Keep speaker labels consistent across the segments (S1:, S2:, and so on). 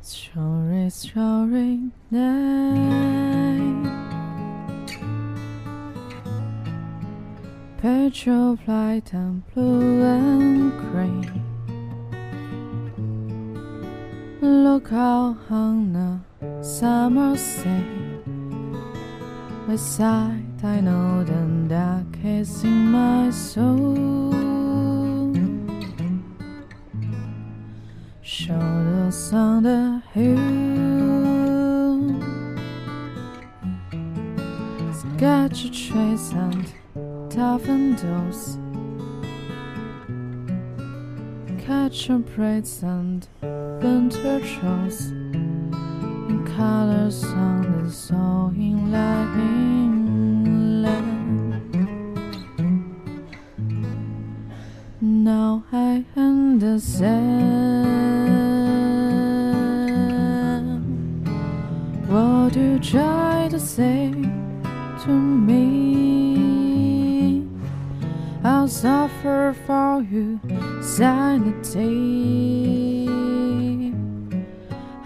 S1: Starry, starry night. Patch of light and blue and grey. Look out on a summer day. Beside, I know the dark is in my soul. Shoulders on the hill Sketch trees and tavern doors Catch your braids and winter shows In colors on the sewing lightning lamp Now I understand what you try to say to me. I'll suffer for you, sanity.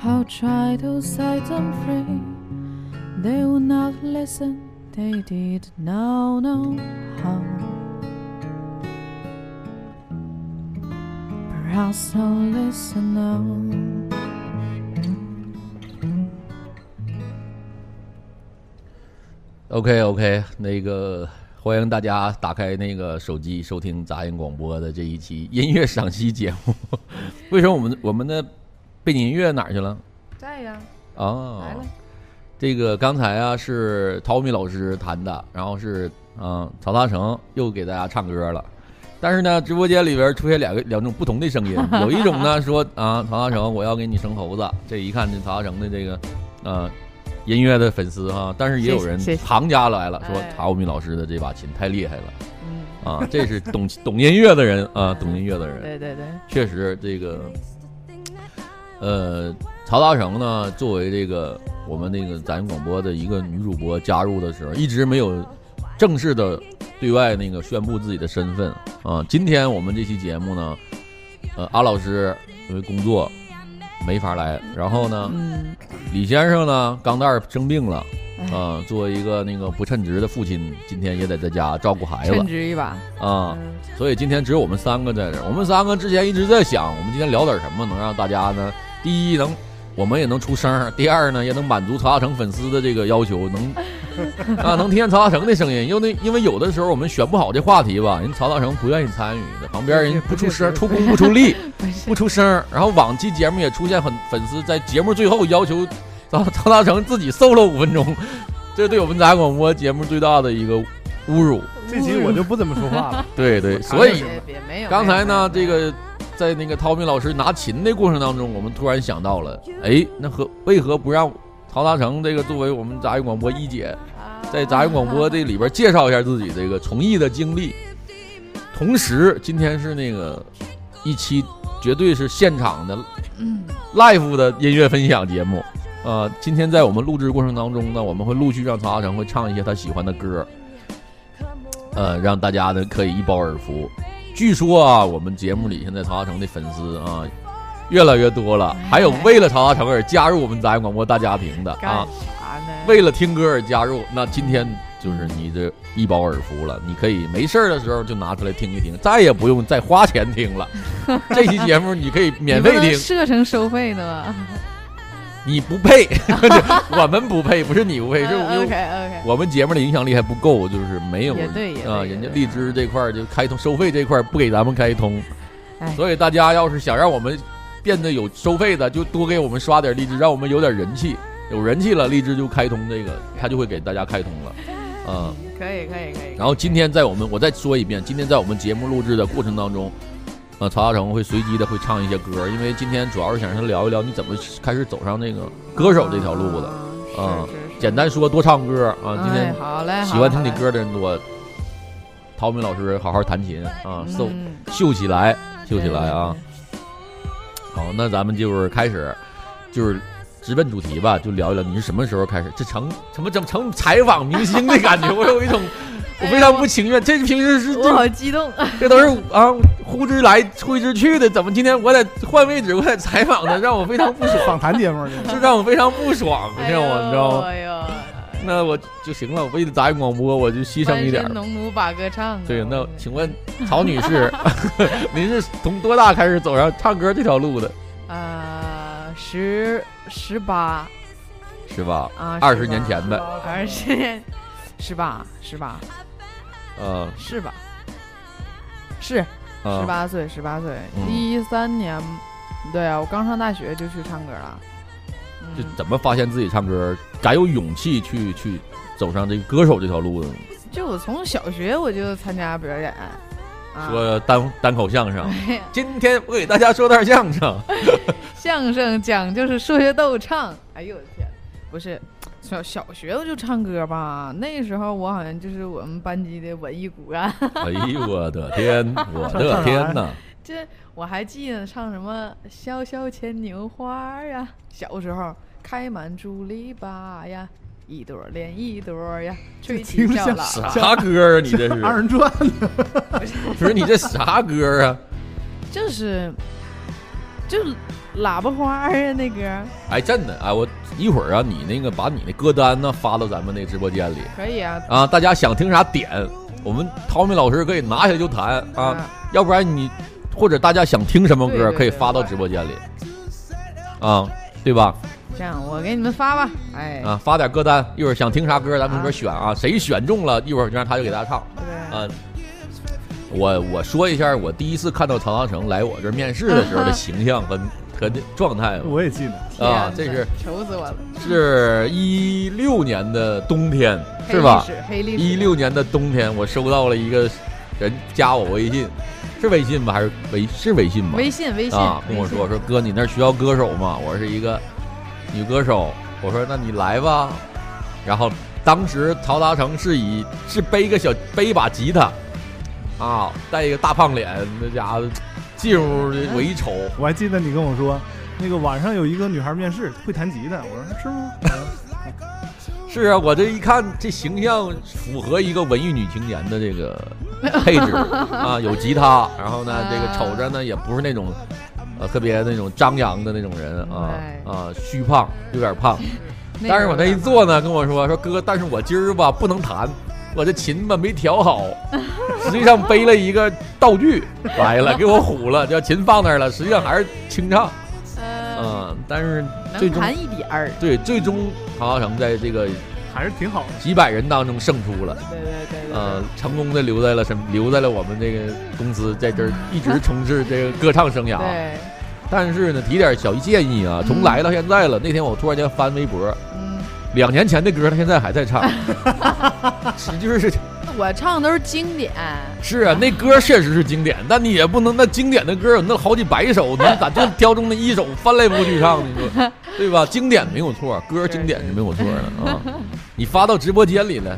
S1: I'll try to set them free. They will not listen, they did not know how. Perhaps I'll listen now.
S2: ？OK OK，那个欢迎大家打开那个手机收听杂音广播的这一期音乐赏析节目。 为什么我们我们的背景音乐哪儿去了？
S1: 在呀，
S2: 哦，
S1: 来了。
S2: 这个刚才啊是陶米老师弹的，然后是嗯曹大成又给大家唱歌了。但是呢，直播间里边出现两个两种不同的声音，有一种呢说啊，曹大成，我要给你生猴子，这一看这曹大成的这个，呃，音乐的粉丝哈，但是也有人
S1: 谢谢谢谢
S2: 行家来了，说
S1: 哎
S2: 陶米老师的这把琴太厉害了
S1: 嗯，
S2: 啊，这是懂懂音乐的人啊，懂音乐的人，
S1: 对对对，
S2: 确实这个，呃，曹大成呢，作为这个我们那个咱广播的一个女主播加入的时候，一直没有正式的对外那个宣布自己的身份啊。今天我们这期节目呢，呃，阿老师因为工作没法来，然后呢，
S1: 嗯，
S2: 李先生呢，钢蛋儿生病了
S1: 哎
S2: 啊，作为一个那个不称职的父亲，今天也得在家照顾孩
S1: 称
S2: 子
S1: 职一把，
S2: 哎啊。
S1: 嗯，
S2: 所以今天只有我们三个在这儿。我们三个之前一直在想，我们今天聊点什么能让大家呢？第一能，我们也能出声儿；第二呢，也能满足曹大成粉丝的这个要求，能 啊能听见曹大成的声音。因为因为有的时候我们选不好这话题吧，人曹大成不愿意参与，在旁边人不出声儿，出工不出力，
S1: 不是
S2: 不出声儿。然后往期节目也出现很粉丝在节目最后要求曹 曹大成自己 solo 五分钟，这对我们杂广播节目最大的一个侮辱。
S3: 这集我就不怎么说 话了。
S2: 对对，所以
S1: 别别啊没有。
S2: 刚才呢，
S1: 没
S2: 这
S1: 有没有
S2: 个啊在那个陶明老师拿琴的过程当中，我们突然想到了，哎，那何为何不让陶大成这个作为我们杂音广播一姐，在杂音广播这里边介绍一下自己这个从艺的经历？同时，今天是那个一期绝对是现场的
S1: 嗯
S2: live 的音乐分享节目。呃，今天在我们录制过程当中呢，我们会陆续让曹大成会唱一些他喜欢的歌，呃，让大家呢可以一饱耳福。据说啊，我们节目里现在曹大成的粉丝啊越来越多了，还有为了曹大成而加入我们杂音广播大家庭的啊
S1: 干，啥呢？
S2: 为了听歌而加入。那今天就是你这一饱耳福了，你可以没事儿的时候就拿出来听一听，再也不用再花钱听了。这期节目你可以免费
S1: 你不能
S2: 听，
S1: 设成收费的吗？
S2: 你不配， 我们不配，不是你不配，是我
S1: OK
S2: 就
S1: OK，
S2: 我们节目的影响力还不够，就是没有
S1: 也对也对
S2: 啊，
S1: 也
S2: 人家
S1: 对
S2: 荔枝这块儿就开通收费这块儿不给咱们开通
S1: 哎，
S2: 所以大家要是想让我们变得有收费的，就多给我们刷点荔枝，让我们有点人气，有人气了，荔枝就开通这个，它就会给大家开通了，啊。
S1: 可以可以可以。
S2: 然后今天在我们，我再说一遍，今天在我们节目录制的过程当中，呃，曹大成会随机的会唱一些歌，因为今天主要是想让他聊一聊你怎么开始走上那个歌手这条路的。
S1: 的
S2: 啊
S1: 嗯是是是
S2: 简单说，多唱歌啊！今
S1: 哎
S2: 天
S1: 好嘞，
S2: 喜欢听
S1: 好嘞
S2: 你歌的人多，陶明老师好好弹琴啊，秀
S1: 嗯
S2: 秀起来，秀起来啊！！好，那咱们就是开始，就是直奔主题吧，就聊一聊你是什么时候开始，这成什么怎么成采访明星的 感觉？我有一种我非常不情愿，这平时是
S1: 对对对我
S2: 这
S1: 好激动，哎
S2: 这都是啊呼之来挥之去的，怎么今天我得换位置，我得采 访他，让我非常不爽，
S3: 访谈节目呢，
S2: 就让我非常不爽，你
S1: 哎
S2: 知
S1: 呦
S2: 道吗？你知道吗？
S1: 哎呦。
S2: 那我就行了，我为了杂音广播，我就牺牲一点
S1: 翻身
S2: 儿。
S1: 农奴把歌唱啊。
S2: 对，那请问曹女士， 您是从多大开始走上唱歌这条路的，
S1: 呃，十十八
S2: 是吧？
S1: 啊，
S2: 二十年前的，
S1: 二十年， 十八十八
S2: 嗯，
S1: 是吧？是
S2: 嗯
S1: 十八岁，十八岁
S2: 嗯，
S1: 一三年，对啊，我刚上大学就去唱歌了。
S2: 就
S1: 嗯，
S2: 怎么发现自己唱歌，敢有勇气去去走上这个歌手这条路的呢？
S1: 就我从小学我就参加表演，啊，
S2: 说单单口相 声，今天我给大家说段相声，
S1: 相声讲就是说学逗唱。哎呦我的天，不是小小学我就唱歌吧？那时候我好像就是我们班级的文艺啊骨干。
S2: 哎呦我的天，我的天呐！
S1: 这我还记得唱什么“萧萧牵牛花儿啊”，小时候开满竹篱笆呀，一朵儿连一朵儿呀，吹起
S3: 听着
S1: 小
S3: 像
S1: 喇叭。
S2: 啥歌啊？你这
S3: 二
S2: 是？
S3: 人转
S2: 不是你这啥歌啊？
S1: 就是，就喇叭花儿啊，那歌儿
S2: 哎，真的哎，我一会儿啊，你那个把你的歌单呢发到咱们那直播间里
S1: 可以啊。
S2: 啊，大家想听啥点，我们陶明老师可以拿下来就弹啊，
S1: 啊，
S2: 要不然你或者大家想听什么
S1: 对
S2: 歌
S1: 对对
S2: 可以发到直播间里啊，对吧？
S1: 这样我给你们发吧。哎，
S2: 啊，发点歌单，一会儿想听啥歌，咱们一边选啊，谁选中了，一会儿就让他就给大家唱。
S1: 对，
S2: 啊，我我说一下我第一次看到曹长城来我这儿面试的时候的形象和和那状态吧
S3: 我也记得，
S2: 啊，这
S1: 天
S2: 是
S1: 哪愁死我了，
S2: 是一六年的冬天是吧？
S1: 黑历史？黑历史，
S2: 一六年的冬天，我收到了一个人加我微信，是微信吧？还是微是微信吧？
S1: 微信微信
S2: 啊，跟我说，说哥，你那儿需要歌手吗？我是一个女歌手，我说那你来吧。然后当时曹达成是以是背一个小背一把吉他，啊，带一个大胖脸，那家伙进屋我一瞅，
S3: 我还记得你跟我说，那个晚上有一个女孩面试，会弹吉他，我说是吗？
S2: 是啊，我这一看这形象符合一个文艺女青年的 这个配置啊，有吉他，然后
S1: 啊
S2: 呢，这个瞅着呢也不是那种。呃，特别那种张扬的那种人啊
S1: 对
S2: 啊，虚胖，有点胖，
S1: 那
S2: 但是
S1: 个
S2: 我那一坐呢，跟我说说哥，但是我今儿吧不能弹，我这琴吧没调好， 实际上背了一个道具来 了，给我唬了，叫琴放那儿了，实际上还是清唱，
S1: 呃，
S2: 嗯，但是最
S1: 能
S2: 终
S1: 弹一点儿，
S2: 对最终唐小成在这个
S3: 还是挺好的。
S2: 几百人当中胜出了，
S1: 对对对对
S2: 呃，成功的留在了什么？留在了我们这个公司，在这儿一直从事这个歌唱生涯。
S1: 对，
S2: 但是呢，提点小建议啊，从来到现在了，那天我突然间翻微博，
S1: 嗯，
S2: 两年前的歌，他现在还在 唱，是就是
S1: 我唱的都是经典，
S2: 是啊，那歌确实是经典，但你也不能那经典的歌有那好几 百首，你咋就挑中那一首翻来覆去唱呢？你说对吧？经典没有 错，歌经典是没有错的啊。你发到直播间里了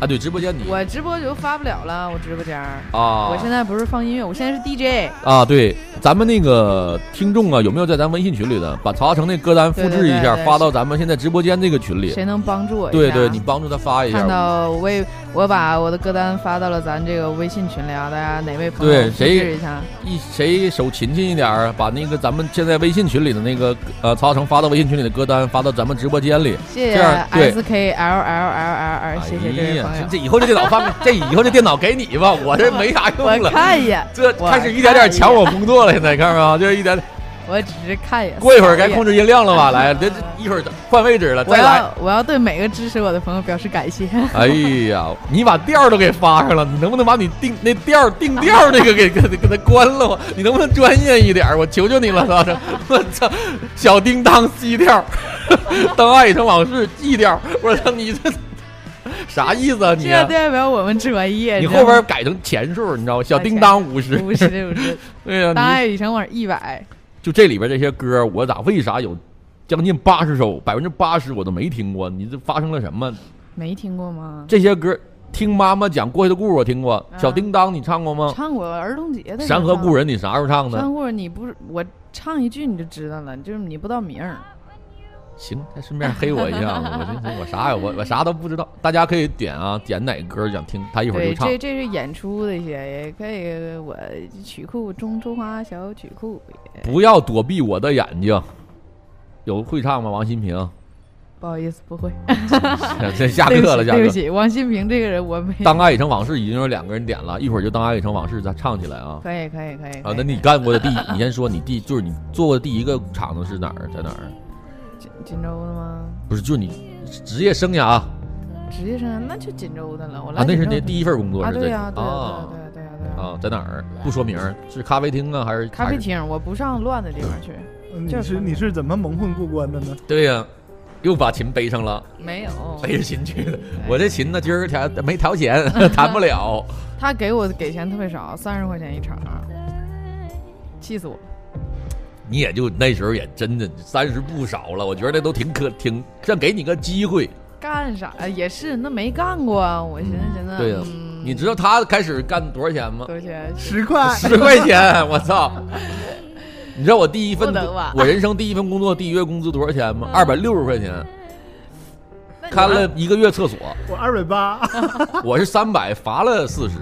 S2: 啊？对，直播间你
S1: 我直播就发不了了，我直播间儿。
S2: 啊，
S1: 我现在不是放音乐，我现在是 DJ，
S2: 啊，对，咱们那个听众啊，有没有在咱微信群里的，把曹大成那歌单复制一
S1: 对
S2: 下
S1: 对，对
S2: 发到咱们现在直播间这个群里？
S1: 谁能帮助我一下？
S2: 对对，你帮助他发一
S1: 看
S2: 下。
S1: 到我也我把我的歌单发到了咱这个微信群里啊，大家哪位朋友
S2: 对
S1: 复
S2: 谁
S1: 制一下？
S2: 一谁手勤勤一点儿，把那个咱们现在微信群里的那个呃曹大成发到微信群里的歌单发到咱们直播间里。
S1: 谢
S2: 这
S1: 谢
S2: 样对
S1: S K L L L L
S2: 哎
S1: L，谢谢这位朋
S2: 呀
S1: 友
S2: 这。这以后这电脑发，这以后这电脑给你吧，我这没啥用
S1: 我
S2: 了。
S1: 看一眼，
S2: 这
S1: 我
S2: 开始一点点抢我工作了，现在看着啊，这一点
S1: 我只是看一眼。
S2: 过一会儿该控
S1: 制。
S2: 制音量了吧？来，这这一会儿换位置了，
S1: 我
S2: 再来。
S1: 要我要对每个支持我的朋友表示感 谢。
S2: 哎呀，你把调儿都给发上了，你能不能把你定那调儿定调儿那个给给给它关了我？你能不能专业一点儿？我求求你了，老师！我操，小叮当 C 调儿，当爱已成往事 G 调儿，我操你这啥意思啊你？
S1: 这代表我们专业。
S2: 你
S1: 知
S2: 后
S1: 道
S2: 边
S1: 吗
S2: 改成钱数，你知道吗？小叮当五十，
S1: 五十五十，
S2: 对呀、
S1: 当
S2: 你
S1: 爱已成往一百。
S2: 就这里边这些歌，我咋为啥有将近八十首，百分之八十我都没听过？你这发生了什么？
S1: 没听过吗？
S2: 这些歌听妈妈讲过去的故事，我听过。
S1: 啊
S2: 小叮当，你唱过吗？
S1: 唱过儿童节的时候
S2: 山河故人，你啥时候
S1: 唱过。
S2: 唱的
S1: 山？河故人，你不是我唱一句你就知道了，就是你不知道名儿。
S2: 行，再顺便黑我一 下，我这这我啥呀？我我啥都不知道。大家可以点啊，点哪个歌想听，他一会儿
S1: 对，
S2: 就唱
S1: 这。这是演出的一些，也可以我曲库中中华小曲库也
S2: 不要躲避我的眼睛。有会唱吗？王新平，
S1: 不好意思不会，
S2: 这下
S1: 对不
S2: 啊课了，
S1: 起
S2: 下
S1: 对
S2: 课
S1: 不。起，王新平这个人我没。
S2: 当爱已成往事已经有两个人点了，一会儿就当爱已成往事，咱唱起来啊。
S1: 可以可以可以
S2: 啊，
S1: 可
S2: 那
S1: 以
S2: 你干过的第一，你先说你第就是你做过的第一个厂子是哪儿，在哪儿？
S1: 锦锦州的吗？
S2: 不是，就是你职业生涯啊，
S1: 职业生涯那就锦州的了，我来
S2: 啊那是
S1: 锦州
S2: 你第一份工作
S1: 啊
S2: 是
S1: 对
S2: 在
S1: 呀对呀
S2: 啊
S1: 对呀对呀对呀对呀
S2: 啊，在哪儿？不说名儿，是咖啡厅啊还是
S1: 咖啡？厅，我不上乱的地方去，
S3: 你是你是怎么蒙混过关的呢？
S2: 对呀，又把琴背上了，哎
S1: 没 有。
S2: 背着琴
S1: 哎
S2: 去的。我这琴呢，今儿调没调弦， 弹不了。
S1: 他给我给钱特别少，三十块钱一场，啊气死我了。
S2: 你也就那时候也真的三十不少了，我觉得都挺可挺，算给你个机会。
S1: 干啥呀也是，那没干过啊。我寻思寻思，
S2: 对呀
S1: 嗯
S2: 你知道他开始干多少钱吗？
S1: 多少钱？
S3: 十块，
S2: 十块钱，我 操！你知道我第一份
S1: 不能吧嗯
S2: 我人生第一份工作第一月工资多少钱吗？二百六十块钱，
S1: 那你
S2: 看了一个月厕所，
S3: 我二百八，
S2: 我是三百，罚了四十。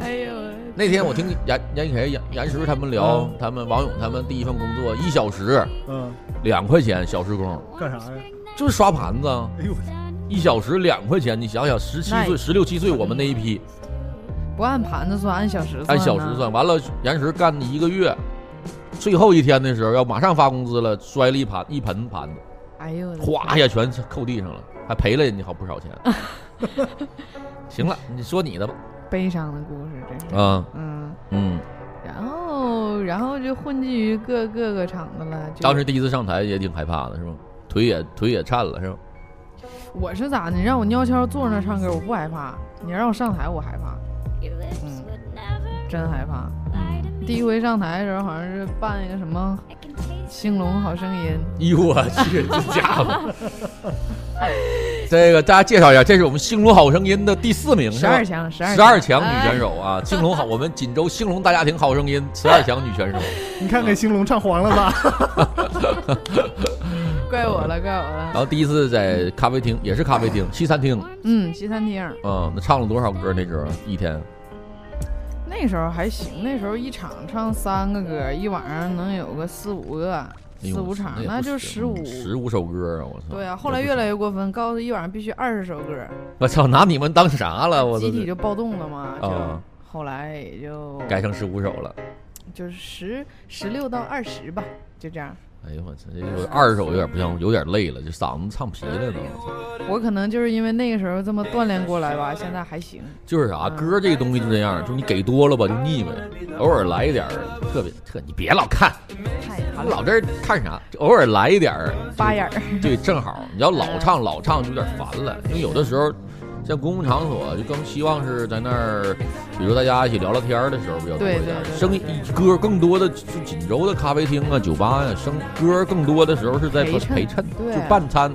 S1: 哎呦，
S2: 那天我听严严以前、严严石他们聊
S3: 嗯，
S2: 他们王勇他们第一份工作一小时
S3: 嗯，
S2: 两块钱小时工，
S3: 干啥呀？
S2: 就是刷盘子啊，
S3: 哎呦，
S2: 一小时两块钱，你想想，十七
S1: 那
S2: 岁、十六七岁我们那一批
S1: 不按盘子算，按小时算。
S2: 按小时。算，完了严石干一个月，最后一天的时候要马上发工资了，摔了一盘一盆盘子。
S1: 哎呦，我的
S2: 哗一下全扣地上了，还赔了人家好不 少钱。行了，你说你的吧。
S1: 悲伤的故事，这是。
S2: 啊，
S1: 嗯，
S2: 嗯，
S1: 然后然后就混迹于各各个厂子了。就
S2: 当时第一次上台也挺害怕的，是吗？腿也腿也颤了，是吗？
S1: 我是咋的？你让我悄悄坐那儿唱歌，我不害怕；你让我上台，我害怕。嗯，真害怕。第一回上台的时候，好像是办一个什么《兴隆好声音
S2: 哎呦我去，这家伙！这个大家介绍一下，这是我们兴隆好声音的第四名，》
S1: 十
S2: 是吧
S1: 二？强，哎十二
S2: 十二强女选手啊，兴隆好，我们锦州兴隆大家庭好声音十二强女选手，
S3: 你看给兴隆唱黄了吧？
S1: 哎怪我了，怪我了。
S2: 然后第一次在咖啡厅，也是咖啡厅
S1: 哎
S2: 西餐厅
S1: 嗯，西餐厅
S2: 啊，那唱了多少歌那时候一天？
S1: 那时候还行，那时候一场唱三个歌，一晚上能有个四五个，
S2: 哎呦
S1: 四五场，
S2: 那
S1: 那
S2: 也不
S1: 就
S2: 行
S1: 十五。
S2: 十五首歌啊！我操！
S1: 对啊，后来越来越过分，告诉一晚上必须二十首歌，
S2: 我操，拿你们当啥了？我
S1: 集体
S2: 都
S1: 就暴动了嘛，就
S2: 啊
S1: 后来也就
S2: 改成十五首了。
S1: 就是十十六到二十吧，就这样。
S2: 哎呦我操，这有二十首有点不像，有点累了，这嗓子唱疲了都。我操
S1: 我可能就是因为那个时候这么锻炼过来吧，现在还行。
S2: 就是啥、
S1: 嗯
S2: 歌这个东西就这样，就是你给多了吧就腻歪，偶尔来一点儿，特别特你别老看，
S1: 太好
S2: 老这儿看啥，就偶尔来一点儿，
S1: 八眼儿，
S2: 对，正好。你要老
S1: 嗯
S2: 唱老唱就有点烦了，因为有的时候。像公共场所，就更希望是在那儿，比如说大家一起聊聊天儿的时候比较多一
S1: 对
S2: 点儿
S1: 对。对
S2: 声音歌更多的，就锦州的咖啡厅啊、酒吧呀、声歌更多的时候是在
S1: 陪衬
S2: 陪衬，
S1: 对
S2: 就伴餐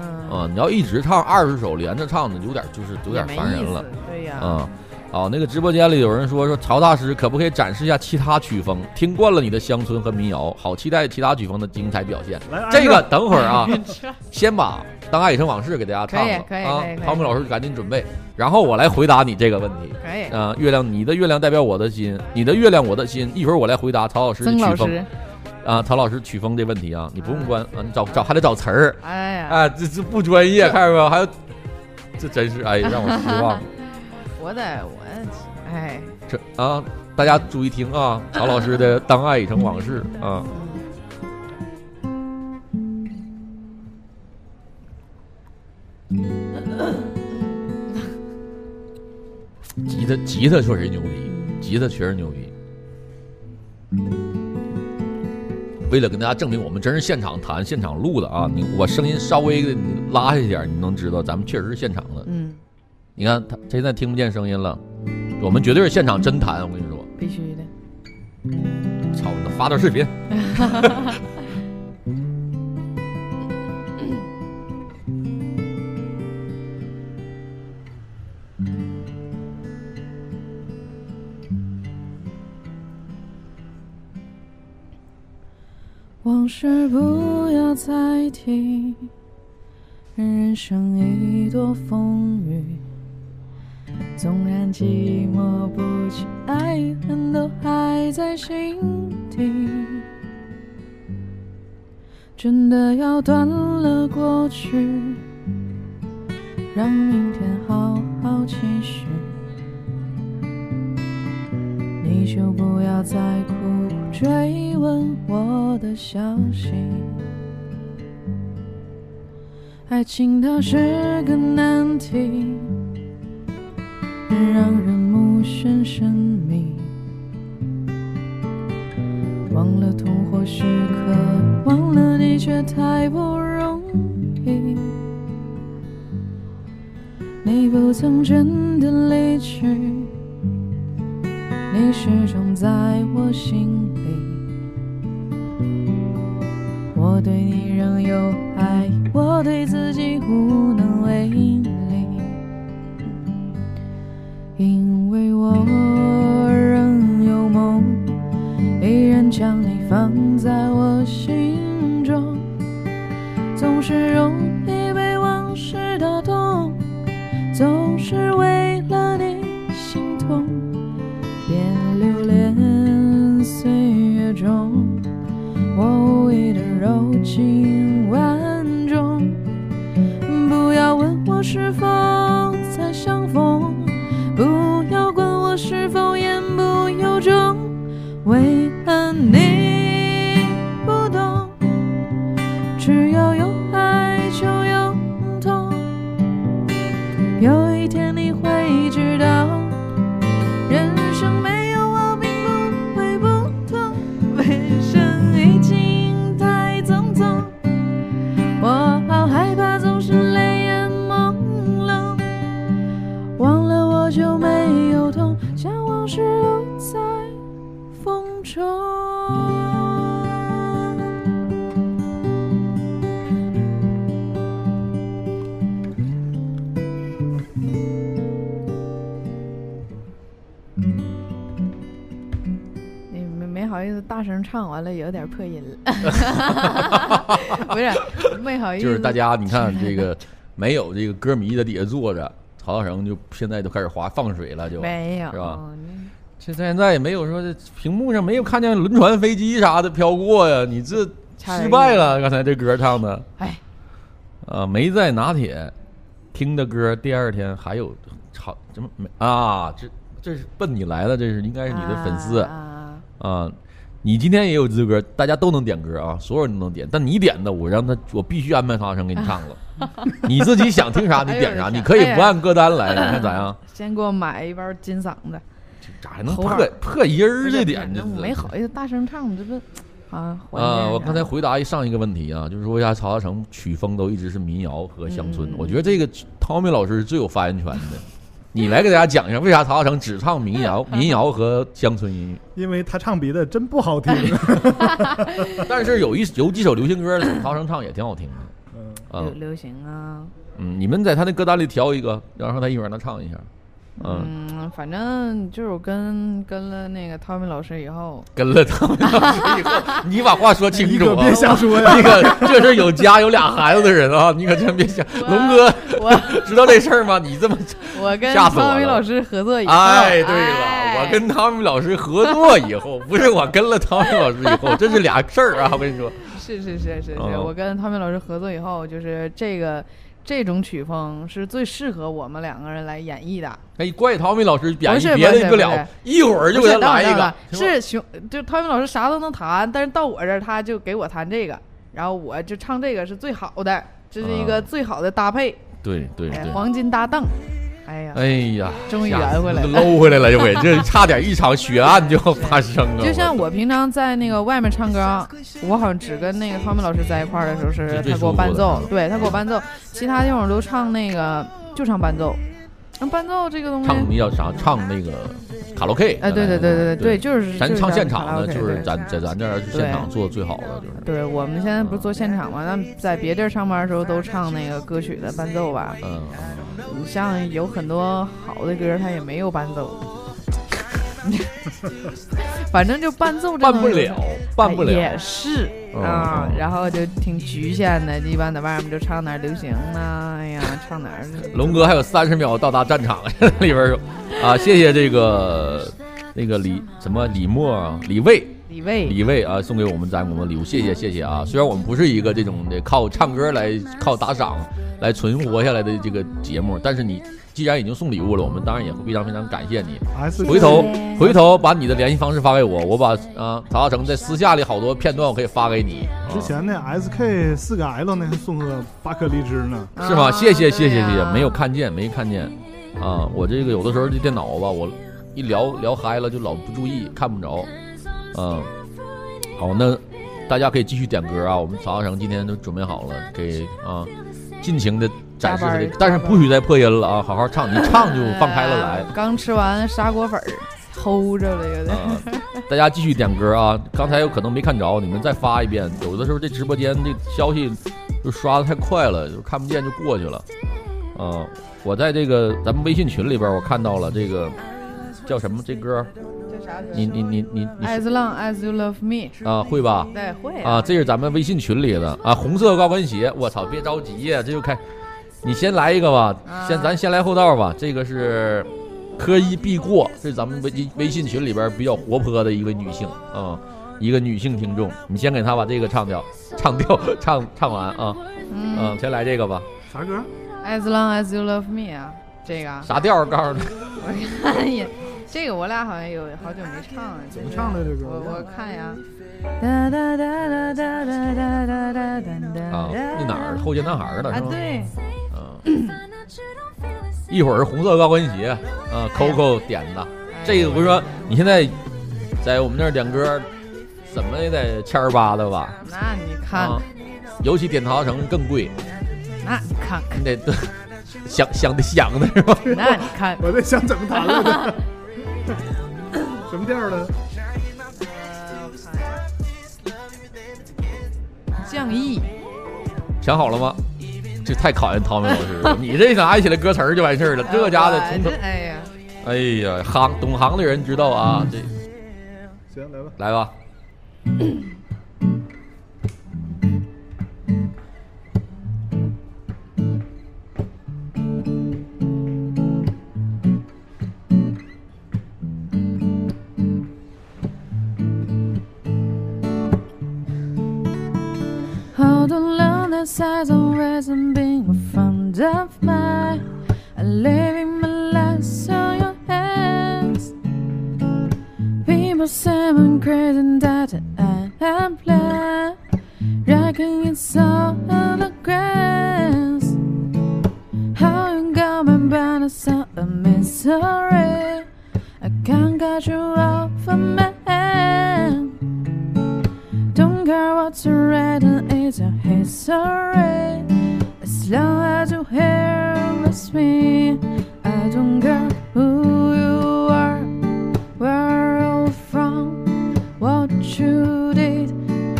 S1: 嗯，
S2: 啊。你要一直唱二十首连着唱的，有点就是有
S1: 也
S2: 点
S1: 没
S2: 烦人
S1: 意思
S2: 了。
S1: 对呀，
S2: 啊。哦，那个直播间里有人说说曹大师可不可以展示一下其他曲风？听惯了你的乡村和民谣，好期待其他曲风的精彩表现。
S3: 来，
S2: 这个等会儿啊， 先把《当爱已成往事》给大家唱了
S1: 可以可以
S2: 啊
S1: 可以可，以
S2: 汤姆老师赶紧准备，然后我来回答你这个问题。
S1: 可以。
S2: 啊、月亮，你的月亮代表我的心，你的月亮我的心。一会儿我来回答曹老师的
S1: 曾老
S2: 曲风
S1: 师，嗯
S2: 啊、曹老师曲风这问题啊，你不用关啊，你找找还得找词儿
S1: 哎呀，
S2: 啊，这这不专业，看见没有？还有，这真是哎，让我失望。
S1: 我得我，哎，
S2: 这啊，大家注意听啊，曹老师的《当爱已成往事》啊。吉他，吉他确实牛逼，吉他确实牛逼。为了跟大家证明我们真是现场弹、现场录的啊，你我声音稍微给你拉下一点，你能知道咱们确实是现场的。
S1: 嗯，
S2: 你看他现在听不见声音了，我们绝对是现场真弹。我跟你说，
S1: 必须的。
S2: 操，你发段视频。
S1: 往事不要再提，人生已多风雨。纵然寂寞不去，爱恨都还在心底。真的要断了过去，让明天好好继续。你就不要再苦苦追问我的消息。爱情它是个难题，让人目眩神迷。忘了痛或许可，忘了你却太不容易。你不曾真的离去。你始终在我心里，我对你仍有爱，我对自己无能为力，因为我仍有梦，依然将你放在我心中，总是容易被往事打动，总是为了你心痛。别留恋岁月中，我无意的柔情万种。不要问我是否再相逢，不要管我是否言不由衷。为何你不懂？只要有爱就有痛，有一天你会知道。人生没有我并不会不同，人生已经太匆匆，我好害怕总是泪眼朦胧，忘了我就没有痛，将往事留在风中。你没没好意思大声唱完了，有点破音 了，不是没好意思，
S2: 就是大家你看这 个没有这个歌迷在底下坐着，曹大成就现在就开始划放水了，就
S1: 没有
S2: 是吧？
S1: 嗯
S2: 现在现在也没有说这屏幕上没有看见轮船、飞机啥的飘过呀，你这
S1: 差
S2: 失
S1: 点
S2: 败
S1: 意思
S2: 了，刚才这歌唱的。
S1: 哎，
S2: 啊，没在拿铁听的歌，第二天还有好怎么没啊？这这是奔你来了，这是应哎该是你的粉丝啊
S1: 啊
S2: 你今天也有资格，大家都能点歌啊，所有人都能点。但你点的，我让他，我必须安排他声给你唱 了。你自己想听啥你点
S1: 哎呦
S2: 啥，
S1: 我的天
S2: 你可以
S1: 哎
S2: 不
S1: 呀
S2: 按歌 单来，你看咋样？
S1: 先给我买一包金嗓子。
S2: 这咋还能
S1: 头
S2: 破
S1: 儿
S2: 破音儿这点？
S1: 不是
S2: 这
S1: 我
S2: 是
S1: 没好意思大声唱，这不啊？怀念
S2: 啊，我
S1: 啥
S2: 刚才回答一上一个问题啊，就是说为啥曹大成曲风都一直是民谣和乡村？
S1: 嗯
S2: 我觉得这个汤米老师是最有发言 权的，你来给大家讲一下为啥曹大成只唱民谣、民谣和乡村音乐。
S3: 因为他唱别的真不好听。
S2: 哎但是有一有几首流行歌，曹大成唱也挺好听的
S3: 嗯
S2: 啊
S1: 流。流行啊，
S2: 嗯，你们在他那歌单里挑一个，然后他一会儿让他唱一下。嗯，
S1: 嗯，反正就是我跟跟了那个汤米老师以 后，
S2: 跟了汤米老师以后，你把话说清
S3: 你
S2: 楚
S3: 可
S2: 啊
S3: 别！瞎说呀！
S2: 你可这是有家有俩孩子的人啊， 你可真别想。龙哥
S1: 我
S2: 知道这事儿吗？你这么
S1: 我跟
S2: 吓死我
S1: 汤米
S2: 了
S1: 老师合作以后，
S2: 哎，对了，
S1: 哎
S2: 我跟汤米老师合作以后，不是我跟了汤米老师以 后，这是俩事儿啊！我跟你说，
S1: 是是是是是，
S2: 嗯
S1: 我跟汤米老师合作以后，就是这个这种曲风是最适合我们两个人来演绎的。
S2: 哎，怪汤米老师演
S1: 不
S2: 绎
S1: 是
S2: 别
S1: 不
S2: 的
S1: 是
S2: 不
S1: 不
S2: 了
S1: 是，
S2: 一会儿就
S1: 不
S2: 给
S1: 是
S2: 他
S1: 等会儿
S2: 来一
S1: 等会
S2: 个
S1: 儿，是熊，就是汤米老师啥都能弹，但是到我这儿他就给我弹这个，然后我就唱这个是最好的，这是一
S2: 啊
S1: 个最好的搭配，
S2: 对对
S1: 哎
S2: 对，
S1: 黄金搭档。哎呀，
S2: 哎呀，
S1: 终于
S2: 吓
S1: 圆
S2: 死
S1: 回来了
S2: 搂回来了，这回这差点一场血案就要发生啊！
S1: 就像我平常在那个外面唱歌啊，我好像只跟那个汤米老师在一块儿的时候
S2: 是
S1: 是
S2: 最
S1: 他给我
S2: 舒服
S1: 伴
S2: 的啊
S1: 奏，对他给我伴奏，其他地方我都唱那个就唱伴奏，那伴奏这个东
S2: 我
S1: 西，
S2: 唱那叫啥，唱那个卡拉 OK，
S1: 哎，对对对对对，
S2: 对，
S1: 就是
S2: 咱
S1: 就是
S2: 唱现
S1: 咱们
S2: 场的，
S1: 卡拉
S2: 就
S1: OK，
S2: 是
S1: 对
S2: 咱在咱这儿现场做最好的，就是
S1: 对，我们现在不是做现场嘛？那在别地儿上班的时候都唱那个歌曲的伴奏吧。
S2: 嗯，
S1: 你像有很多好的歌，它也没有伴 奏，反正就伴奏这
S2: 办
S1: 东
S2: 不
S1: 西哎
S2: 了，办不了，嗯
S1: 也是，
S4: 啊，然后就挺局限的，一般在外面就唱点流行啊，哎呀，唱点儿
S2: 龙哥还有三十秒到达战场，里边儿有啊，谢谢这个那个李什么李默啊李卫
S4: 李卫，
S2: 李卫啊，送给我们咱我们礼物，谢谢谢谢啊！虽然我们不是一个这种的靠唱歌来靠打赏来存活下来的这个节目，但是你既然已经送礼物了，我们当然也非常非常感谢你。
S3: S
S2: 回头回头把你的联系方式发给我，我把啊曹大成在私下里好多片段我可以发给你。啊
S3: 之前那 SK 四个 L 那还送个八颗荔枝呢，
S2: 是吗？
S4: 啊
S2: 谢谢谢谢谢谢
S4: 对，呀
S2: 没有看见没看见啊！我这个有的时候这电脑吧，我一聊聊嗨了就老不注意看不着，嗯，好，那大家可以继续点歌啊，我们曹大成今天都准备好了，给啊尽情的展示他
S4: 加
S2: 的
S4: 班，
S2: 但是不许再破音了啊，好好唱，你唱就放开了来
S4: 哎。刚吃完砂锅粉儿，齁着了有点。
S2: 啊，大家继续点歌啊！刚才有可能没看着，你们再发一遍。有的时候这直播间这消息就刷的太快了，就看不见就过去了。啊，我在这个咱们微信群里边，我看到了这个叫什么这歌，
S4: 这啥歌？哎
S2: 你你你你嗯你
S4: ，As long as you love me，
S2: 啊会吧？
S4: 对，会
S2: 啊，这是咱们微信群里的啊，红色高跟鞋。我操，别着急呀、这就开，你先来一个吧，先咱先来后到吧。这个是科一必过，这是咱们微信微信群里边比较活泼的一个女性啊、一个女性听众。你先给她把这个唱掉，唱掉，唱唱完啊，嗯、
S4: 嗯
S2: 先来这个吧。
S3: 啥歌？
S4: ，As long as you love me 啊，这个啊，
S2: 啥调儿？告诉你，
S4: 我看一眼， 这个我俩好像有好久没唱了，怎
S3: 怎么唱的这歌
S4: 我我看呀，哒哒哒哒哒哒哒哒哒哒
S2: 啊，那哪儿？后街男孩儿呢
S4: 啊
S2: 是，吗？
S4: 对，
S2: 嗯，一会儿是红色高跟鞋啊，Coco 点的。这个不是说你现在在我们那儿点歌，怎么也得千儿八的吧？
S4: 那你看
S2: 啊
S4: 看，，
S2: 尤其点桃城更贵，
S4: 那你看看，
S2: 你得想想得想的是吧？
S4: 那你 看看，
S3: 我在想怎么弹来 的，什么调儿的？
S4: 呃我看一下降 E，
S2: 想好了吗？这太考验陶明老师了，你这拿起来歌词儿就完事儿了，这家的
S4: 哎
S2: 从头
S1: 啊
S4: 这，哎呀，
S2: 哎呀，行懂行的人知道啊，这
S3: 行，来
S2: 来
S3: 吧。
S2: 吧。
S1: How the lonely sighs always and being fond of my living my life so your hands People say I'm crazy and that I am blind Reckon it's all in the grass How you got me by the sound of misery I can't get you off of my hand don't care what's written, it's a history. As long as you here with me, I don't care who you are, where you're from, what you did.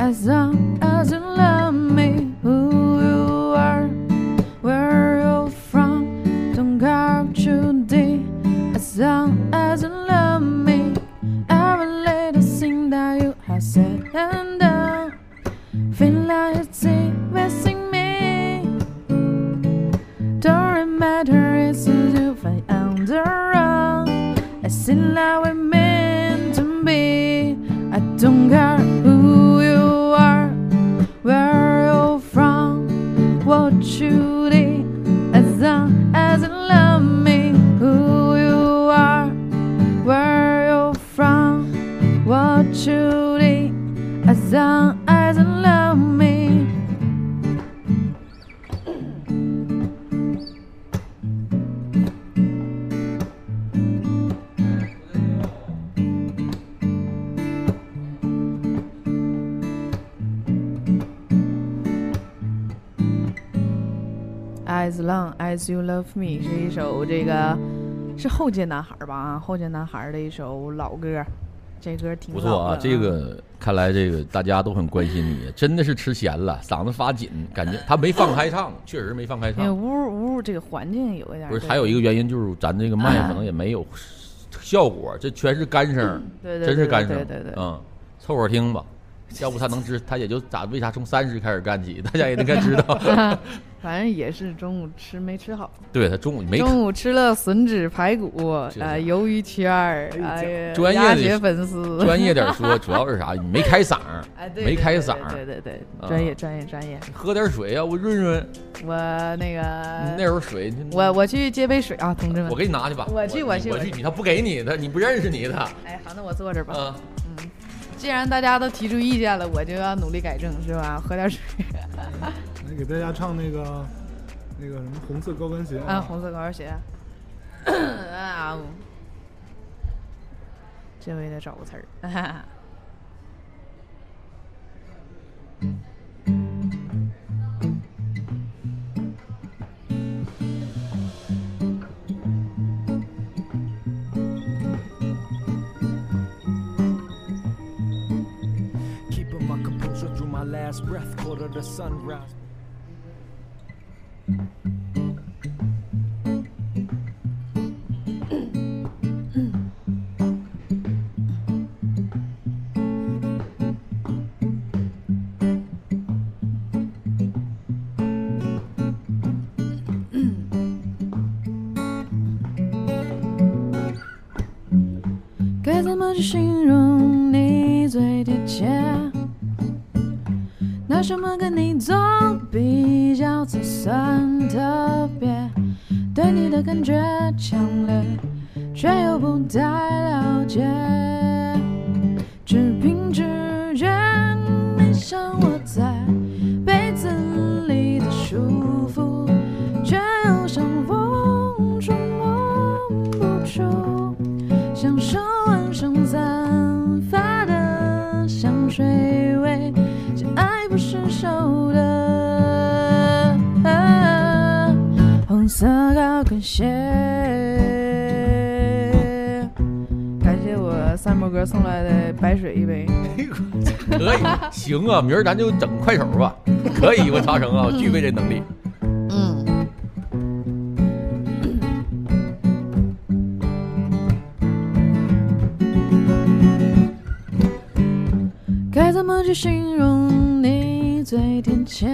S1: As long as you love me, who you are, where you're from, don't care what you did. As long as you love me, every little thing that you have said and done, feel like it's investing me. Doesn't matter if you find on the wrong, I see like we meant to be. I don't care who you are, where you're from, what you did. As long as you love me, who you are, where you're from, what you did. As long as you love me.
S4: 《As Long As You Love Me》是一首这个是后街男孩儿吧啊，后街男孩儿的一首老歌，这歌挺
S1: 嗯
S2: 不
S4: 老
S2: 错啊
S4: 的，
S2: 这个看来这个大家都很关心你，真的是吃咸了，嗓子发紧，感觉他没放开唱，确实没放开
S4: 因为
S2: 唱。
S4: 屋屋这个环境有一点儿
S2: 不是，
S4: 这
S2: 还有一个原因就是咱这个
S5: 啊
S2: 麦可能也没有效果，这全是干声儿，
S5: 嗯
S4: 对对
S2: 真是
S4: 对
S2: 干声
S4: 对
S2: 儿，
S4: 对对对
S2: 嗯，凑合听吧。要不他能知，他也就咋为啥从三十开始干起，大家也应该知道。
S5: 反正也是中午吃没吃好，
S2: 对他中午没
S5: 中午吃了吮指排骨啊、
S2: 是
S5: 呃鱿鱼圈儿，哎呀，
S2: 专业
S5: 鸭
S2: 的
S5: 血粉丝，
S2: 专业点儿说，主要是啥？你没开嗓儿，
S5: 哎，对，
S2: 没
S5: 对
S2: 开
S5: 对
S2: 嗓儿
S5: 对对对，
S2: 啊
S5: 对专业专业专业。
S2: 喝点水要不润润。
S5: 我那
S2: 你那
S5: 个，
S2: 时候水，你
S5: 呃我我去接杯水啊，同志们
S2: 我。给你拿去吧。
S5: 我去
S2: 我
S5: 我去
S2: 我
S5: 我
S2: 去
S5: 去
S2: 你，他不给你，他你不认识 你他。
S5: 哎，好，那我坐这儿吧。
S2: 嗯，
S5: 嗯，既然大家都提出意见了，我就要努力改正，是吧？喝点水。
S3: 来给大家唱那个那个什么红色高跟鞋
S5: 啊，红色高跟鞋。 啊，呜这回得找个词儿。
S6: Keeping my composure through my last breath, quarter to sunrise.
S1: 该怎么去形容你最贴切？拿什么跟你做比较才算特别？对你的感觉强烈，却又不太了解，只凭直觉。你像我在被子里的舒服，却又像风捉摸不出。享受晚上散发的香水味，是爱不释手的、呃红色高跟鞋。
S5: 感谢我三毛哥送来的白水一杯。
S2: 可以，行啊，明儿咱就整快手吧。可以，我查成啊，我具备这能力。
S5: 嗯，
S1: 该怎么去形容你最贴切？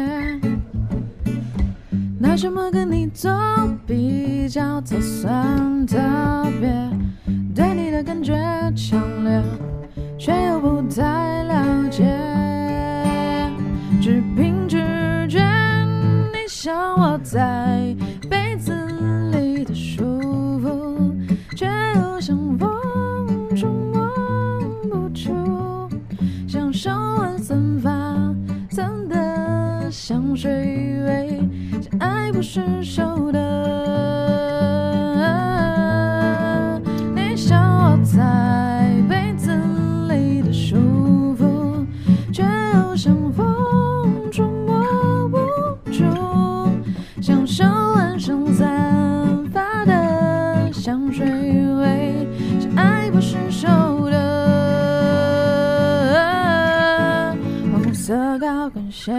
S1: 拿嗯什么跟你做比较才算特别？对你的感觉强烈，却又不太了解，只凭直觉。你像我在被子里的舒服，却又像风捉摸不出。享受完散发散的香水味，是爱不释手的。你像我在被子里的舒服，却又像风捉摸不住。享受晚上散发的香水味，是爱不释手的红色高跟鞋。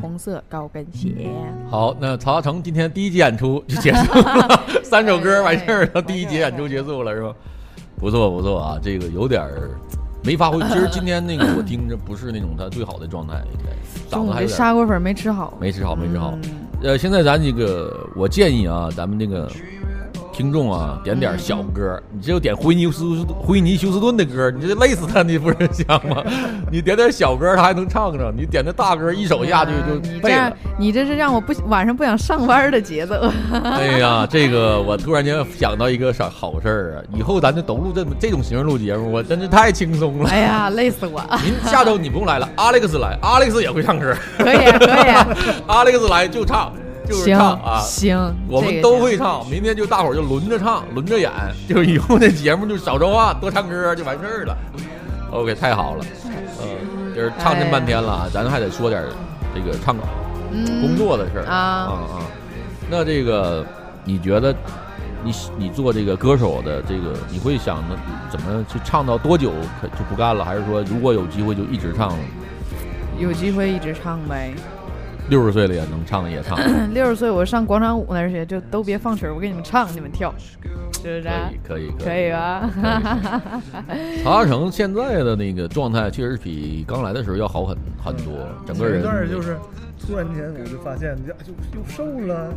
S5: 红色高跟鞋。
S2: 好，那曹大成今天第一集演出就结束 了，三首歌完事儿
S5: 哎
S2: 了，
S5: 哎
S2: 第一集演出结束了是吧？不错不错啊，这个有点儿没发挥。其实今天那个我听着不是那种他最好的状态，应该
S5: 中午
S2: 嗓子还
S5: 这
S2: 有点
S5: 砂锅粉没吃好，
S2: 没吃好没吃好。
S5: 嗯
S2: 呃，现在咱这个我建议啊，咱们这个听众啊，点点小歌，你只有点灰尼休斯灰尼休斯顿的歌，你这累死他，你不是想吗？你点点小歌他还能唱着，你点的大歌一首下去就
S5: 啊嗯你这
S2: 背了
S5: 样。，你这是让我不晚上不想上班的节奏。
S2: 哎呀，这个我突然间想到一个啥好事儿啊！以后咱就都录这么这种形式录节目，我真是太轻松了。
S5: 哎呀，累死我！
S2: 您下周你不用来了，Alex 来，Alex 也会唱歌
S5: 可以
S1: 啊
S5: 可
S2: ，Alex 来就唱，
S5: 以，
S2: 就是
S5: 行
S2: 唱啊。
S5: 行，
S2: 我
S5: 这
S2: 们
S5: 个
S2: 都
S5: 行
S2: 会唱，明天就大伙儿就轮着唱，轮着演，就以后这节目就少说话，多唱歌就完事儿了。OK，太好了，
S5: 哎
S2: 呃，就是唱这么半天了啊，咱还得说点儿这个唱
S5: 嗯
S2: 工作的事儿
S5: 啊
S2: 啊！那这个你觉得你你做这个歌手的这个，你会想着怎么去唱到多久可就不干了，还是说如果有机会就一直唱？
S5: 有机会一直唱呗。
S2: 六十岁了也 能唱也唱，
S1: 嗯
S5: 六十岁我上广场舞那儿去，就都别放曲儿，我给你们唱，你们跳。
S7: 是不是？
S2: 可以可以
S7: 可 以 吧？
S2: 吧？曹大成现在的那个状态确实比刚来的时候要好很很多，
S7: 嗯
S2: 整个
S3: 前一
S2: 人
S3: 段儿就是突然间我就发现，呀，又又瘦了，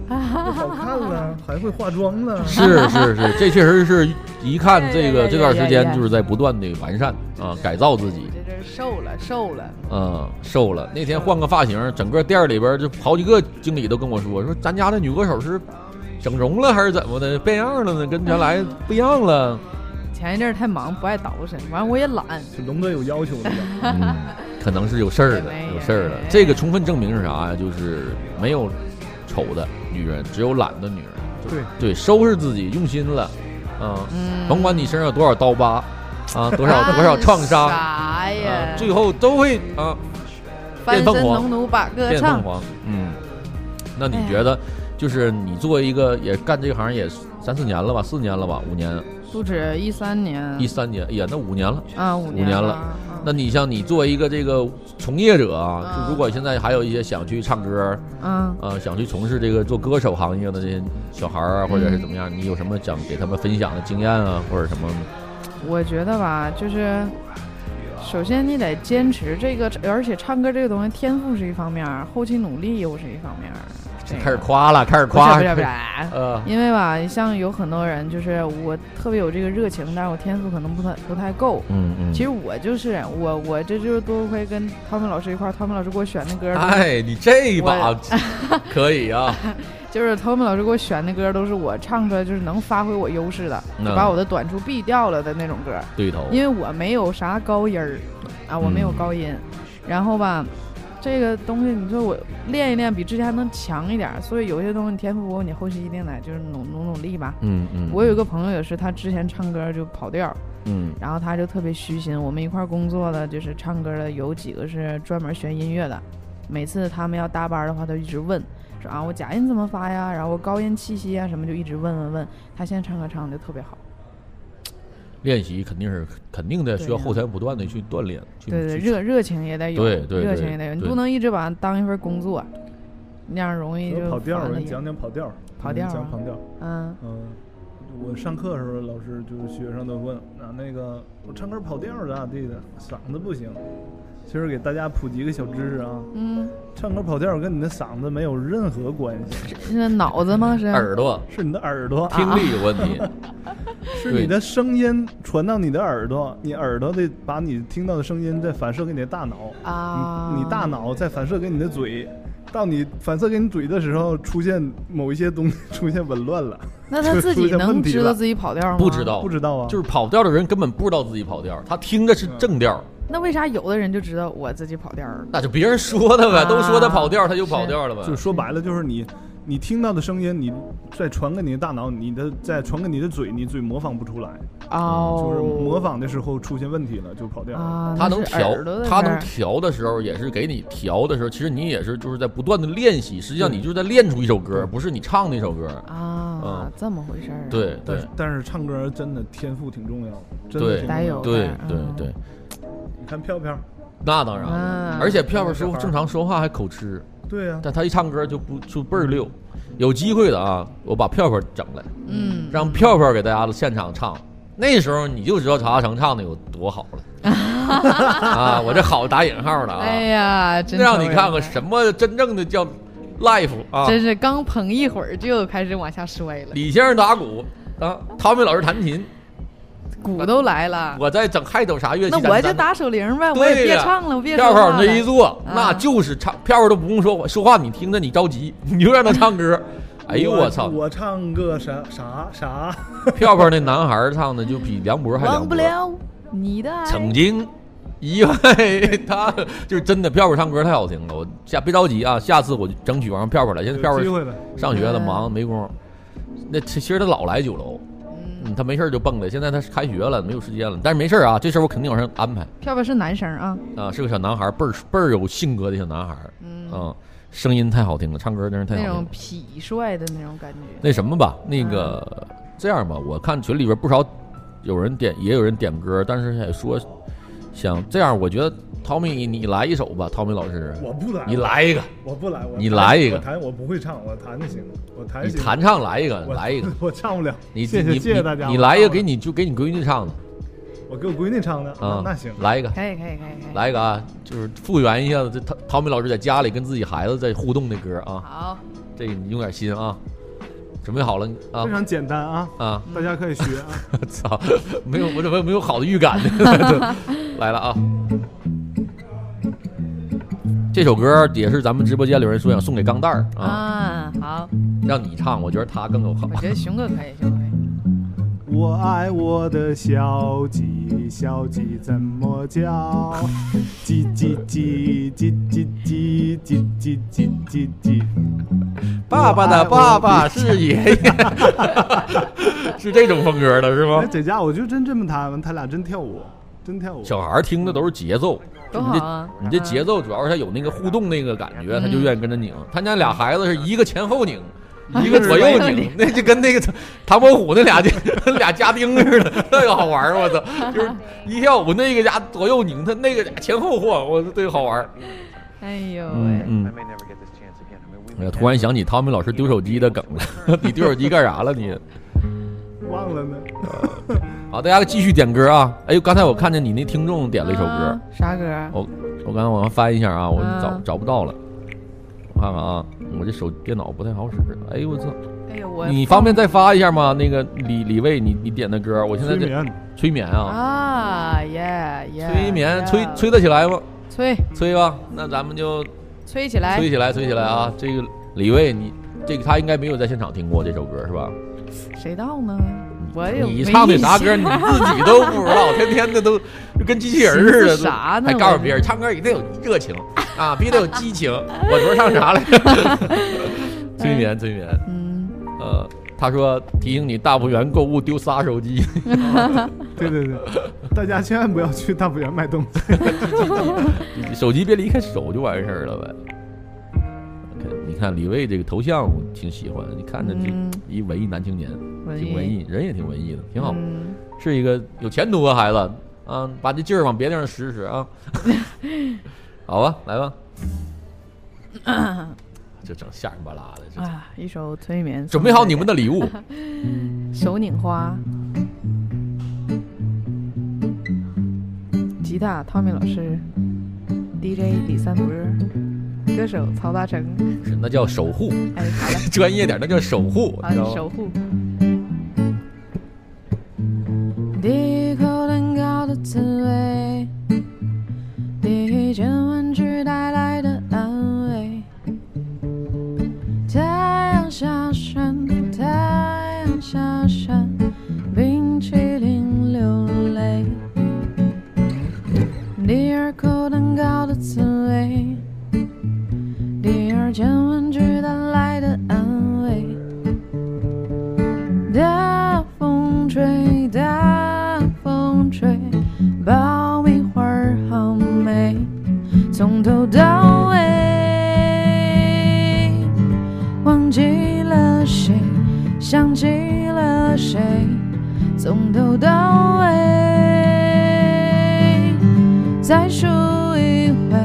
S3: 又好 看了，还会化妆了。
S2: 是是是，这确实是一看这个
S7: 对对对
S2: 这段时间
S7: 对对
S2: 就是在不断的完善啊，改造自己，
S1: 这阵瘦了，瘦了，
S2: 嗯，瘦了。那天换个发型，整个店儿里边儿就好几个经理都跟我说，说咱家的女歌手是整容了还是怎么的，变样了呢，跟原来不一样了。
S1: 前一阵儿太忙不爱捯饬，完我也懒，
S3: 这龙哥有要求 的吧，
S2: 嗯，可能是有事儿了，
S1: 没有
S2: 有事儿了
S1: 没有。
S2: 这个充分证明是啥呀？就是没有丑的女人，只有懒的女人。
S3: 对，
S2: 对，收拾自己，用心了，嗯，
S1: 嗯，
S2: 甭管你身上有多少刀疤 啊，多少多少创伤
S1: 干
S2: 啊，
S1: 啥呀？
S2: 最后都会啊
S1: 翻
S2: 变
S1: 身
S2: 凤凰
S1: 农奴把歌
S2: 变凤
S1: 唱，
S2: 凰。嗯，那你
S1: 哎呀
S2: 觉得，就是你作为一个也干这行也三四年了吧，四年了吧，五年，
S1: 不止一三年，
S2: 一三年，哎呀，那五年了。
S1: 啊五
S2: 五年
S1: 了
S2: 了
S1: 啊，
S2: 那你像你作为一个这个从业者啊，
S1: 嗯
S2: 就如果现在还有一些想去唱歌，
S1: 嗯，
S2: 呃，想去从事这个做歌手行业的这些小孩儿啊，或者是
S1: 嗯
S2: 怎么样，你有什么想给他们分享的经验啊，或者什么？
S1: 我觉得吧，就是首先你得坚持这个，而且唱歌这个东西，天赋是一方面儿，后期努力又是一方面儿。这个
S2: 开始夸了，开始
S1: 不是
S2: 夸，
S1: 不是不是，
S2: 呃，
S1: 因为吧，像有很多人就是我特别有这个热情，但是我天赋可能不太不太够。
S2: 嗯嗯，
S1: 其实我就是我，我这就是多亏跟汤姆老师一块儿，汤姆老师给我选的歌，
S2: 哎，你这一把可 以啊，
S1: 就是汤姆老师给我选的歌，都是我唱出来就是能发挥我优势的，就
S2: 嗯
S1: 把我的短处避掉了的那种歌。
S2: 对头，
S1: 因为我没有啥高音儿啊，我没有高音，然后吧，这个东西你说我练一练，比之前还能强一点儿，所以有些东西你天赋不够，你后期一定得就是努努努力吧。
S2: 嗯嗯，
S1: 我有一个朋友也是，他之前唱歌就跑调儿，
S2: 嗯
S1: 然后他就特别虚心。我们一块儿工作的，就是唱歌的，有几个是专门学音乐的。每次他们要搭班儿的话，他就一直问，说啊，我假音怎么发呀？然后我高音气息啊什么，就一直问问问。他现在唱歌唱的就特别好，
S2: 练习肯定是肯定的，需要后台不断的去锻炼，去
S1: 对对，
S2: 去
S1: 热热情也得有，
S2: 对对
S1: 热
S2: 对
S1: 情也得有，你
S2: 对
S1: 不能一直把它当一份工作，那样容易就
S3: 跑调儿，
S1: 烦
S3: 我
S1: 了
S3: 给你
S1: 也
S3: 讲讲跑调儿，
S1: 跑调儿啊
S3: 讲跑调儿。
S1: 嗯
S3: 嗯，我上课的时候，老师就是学生都问啊，那个我唱歌跑调儿咋地的，嗓子不行。其实给大家普及个小知识啊，
S1: 嗯，
S3: 唱歌跑调儿跟你的嗓子没有任何关系，
S1: 是脑子吗？是
S2: 耳
S1: 啊
S2: 朵
S3: 是你的耳朵，
S2: 听力有 问题，
S3: 是
S2: 对
S3: 你的声音传到你的耳朵，你耳朵得把你听到的声音再反射给你的大脑，
S1: 啊，
S3: 你你大脑再反射给你的嘴，到你反射给你嘴的时候，出现某一些东西 出现紊乱了，
S1: 那他 自己能知道自己跑调吗？
S2: 不知。道，
S3: 不知道啊，
S2: 哦就是跑调的人根本不知道自己跑调，他听的是正调，
S1: 那为啥有的人就知道我自己跑调儿了？
S2: 那就别人说他呗，
S1: 啊
S2: 都说他跑调，他就跑调了
S3: 就
S2: 呗。
S3: 说白了，就是你你听到的声音，你再传给你的大脑，你的再传给你的嘴，你嘴模仿不出来，
S1: 哦，
S3: 就是模仿的时候出现问题了就跑调。
S1: 啊，
S2: 他
S1: 那
S2: 能
S1: 是
S2: 调
S1: 耳朵，的
S2: 他
S1: 事
S2: 能
S1: 儿
S2: 调的时候，也是给你调的时候，其实你也是就是在不断的练习，实际上你就是在练出一首歌，不是你唱的一首歌。
S1: 啊
S2: 嗯，
S1: 这么回事儿啊，
S2: 对
S3: 但
S2: 对
S3: 是但是唱歌真的天赋挺重要的，真
S2: 对
S3: 的挺重
S1: 得有
S3: 要的。
S2: 对
S1: 嗯
S2: 对对，
S3: 你看飘飘，
S2: 那当然了
S1: 嗯。
S2: 而且票票师
S3: 那
S2: 傅
S3: 个
S2: 正常说话还口吃，
S3: 对啊呀、
S2: 但他一唱歌就不就倍儿溜。有机会的啊，我把票票整来，
S1: 嗯，
S2: 让票票给大家现场唱。那时候你就知道查大成唱的有多好 了啊！我这好打引号的啊，
S1: 哎呀，真
S2: 让你
S1: 愁
S2: 看
S1: 人
S2: 看什么真正的叫 life 啊！
S1: 真是刚捧一会儿就开始往下摔了，
S2: 李先生打鼓啊，汤米老师弹琴，
S1: 鼓都来了。
S2: 我在整嗨走啥乐器？
S1: 那我就打手铃呗，我
S2: 对呀，
S1: 也别唱了，我别说
S2: 票
S1: 话了。
S2: 票往这一坐，
S1: 啊
S2: 那就是唱，票票都不用说话，说话你听着你着急，你就让他唱 歌。哎呦我操！
S3: 我唱个啥啥啥？
S2: 票票那男孩儿唱的就比梁博还
S1: 忘
S2: 梁
S1: 不
S2: 博。
S1: 了你的爱。
S2: 曾经，因为他就是真的票票唱歌太好听了。我下别着急啊，下次我就争取让票票来。现在票
S3: 有机
S2: 票
S3: 会的，
S2: 上学了，忙没工。那其实他老来酒楼，
S1: 嗯，
S2: 嗯，他没事儿就蹦来。现在他开学了，没有时间了，但是没事儿啊，这事儿我肯定往上安排
S1: 票票是男生啊，
S2: 啊。是个小男孩儿，倍儿倍儿有性格的小男孩儿，
S1: 嗯，
S2: 啊，声音太好听了，唱歌真是太好
S1: 那
S2: 听了
S1: 种。痞帅的那种感觉。
S2: 那什么吧，
S3: 嗯
S2: 那个、这样吧，我看群里边不少有人点，也有人点歌，但是也说想这样，我觉得汤米，你来一首吧，汤米老师，
S3: 我不来，
S2: 你，来一个，
S3: 我不来，我
S2: 你来一个
S3: 我弹我不会唱，我弹就行，我弹
S2: 你
S3: 行，
S2: 弹唱来一个，
S3: 我
S2: 来一个，，
S3: 我唱不了，
S2: 你
S3: 谢谢
S2: 你
S3: 谢谢大家，
S2: 你
S3: 我
S2: 你来一个
S3: 唱不
S2: 给，
S3: 了
S2: 你就给你闺女唱的
S3: 我给我闺女唱的
S2: 啊，
S3: 那行，
S2: 来一个，
S8: 可以可以可以可以。
S2: 来一个啊，就是复原一下子这汤汤米老师在家里跟自己孩子在互动的歌啊，
S8: 好，
S2: 这个你用点心啊，准备好了啊
S3: 非常简单啊，
S2: 啊，
S3: 大家可以学啊。
S2: 操，没有我怎么没有好的预感 呢？来了啊！这首歌也是咱们直播间有人说想送给钢蛋儿啊，哎
S8: 啊，好，
S2: 让你唱，我觉得他更有好
S8: 我。觉得熊哥可以，熊哥可 以。
S3: 我爱我的小鸡，小鸡怎么叫？叽叽叽叽叽叽叽叽叽叽叽。
S2: 爸爸的爸爸是爷爷， 是这种风格的是
S3: 哎，
S2: 吗？
S3: 这家伙就真这么弹，他俩真跳舞，真跳舞。
S2: 小孩儿听的都是节奏，
S8: 多
S2: 你
S8: 好
S2: 这
S8: 啊！
S2: 你这节
S8: 奏，
S2: 奏主要是他有那个互动那个感觉，他就愿意跟着拧。他家俩孩子是一个前后拧，啊一个左右拧，那就跟那个唐伯虎那俩就 俩家丁似的，那个好玩儿， 我操！就是一跳舞，那个家左右拧，他那个家前后晃，我说这个好玩儿。
S8: 哎呦
S2: 嗯
S8: 喂，
S2: 嗯。哎呀，突然想起汤米老师丢手机的梗了， 你丢手机干啥了你？
S3: 忘了呢。
S2: 好，大家继续点歌啊！哎呦，刚才我看见你那听众点了一首歌
S8: 啊，，啥歌？
S2: 我我刚才往上翻一下啊，我
S8: 嗯
S2: 找找不到了，我看看啊，我这手电脑不太好使。哎呦我操！
S8: 哎呦我，
S2: 你方便再发一下吗？那个李李卫，你你点的歌，我现在
S3: 催
S2: 这
S3: 眠，
S2: 催眠啊，
S8: 啊？耶耶！
S2: 催眠
S8: yeah
S2: 催催得起来吗？
S8: 催
S2: 催吧，那咱们就
S8: 催起来
S2: 催。起来，催起来啊！这个李卫，你这个他应该没有在现场听过这首歌是吧？
S8: 谁到呢？我有
S2: 你唱的啥歌 你自己都不知道，天天的都就跟机器人似的
S8: 寻思啥呢
S2: 还告
S8: 我
S2: 诉别人唱歌也得有热情啊，必须得有激情。我昨儿唱啥来着？ 催眠，催眠。
S8: 嗯，
S2: 呃，他说提醒你大幅员购物丢仨手机。
S3: 对对对，大家千万不要去大福园卖东西。
S2: 手机别离开手就完事儿了呗。OK，你看李卫这个头像我挺喜欢，你看着就
S8: 嗯
S2: 一文艺男青年，
S8: 文
S2: 挺文艺，人也挺文艺的，挺好，
S8: 嗯
S2: 是一个有前途的孩子啊！把这劲儿往别地方使使 啊！好吧，来 吧，这整吓人巴拉的，这
S8: 啊，一首催眠。
S2: 准备好你们的 礼物，
S8: 手拧花，吉他汤米老师，DJ 李三伯，歌手曹大成。
S2: 是那叫守护，
S8: 哎，好了，
S2: 专业点儿那叫守护，
S1: 啊
S8: 好
S2: 你知
S8: 了，
S2: 道吗？
S8: 嗯守护。
S1: 第一口蛋糕的滋味，第一件玩具带来的安慰。太阳下山，太阳下山，冰淇淋流泪。第二口蛋糕的滋味，第二件玩具带来的安慰。大风吹，大风吹，爆米花儿好美，从头到尾，忘记了谁，想起了谁，从头到尾，再数一回，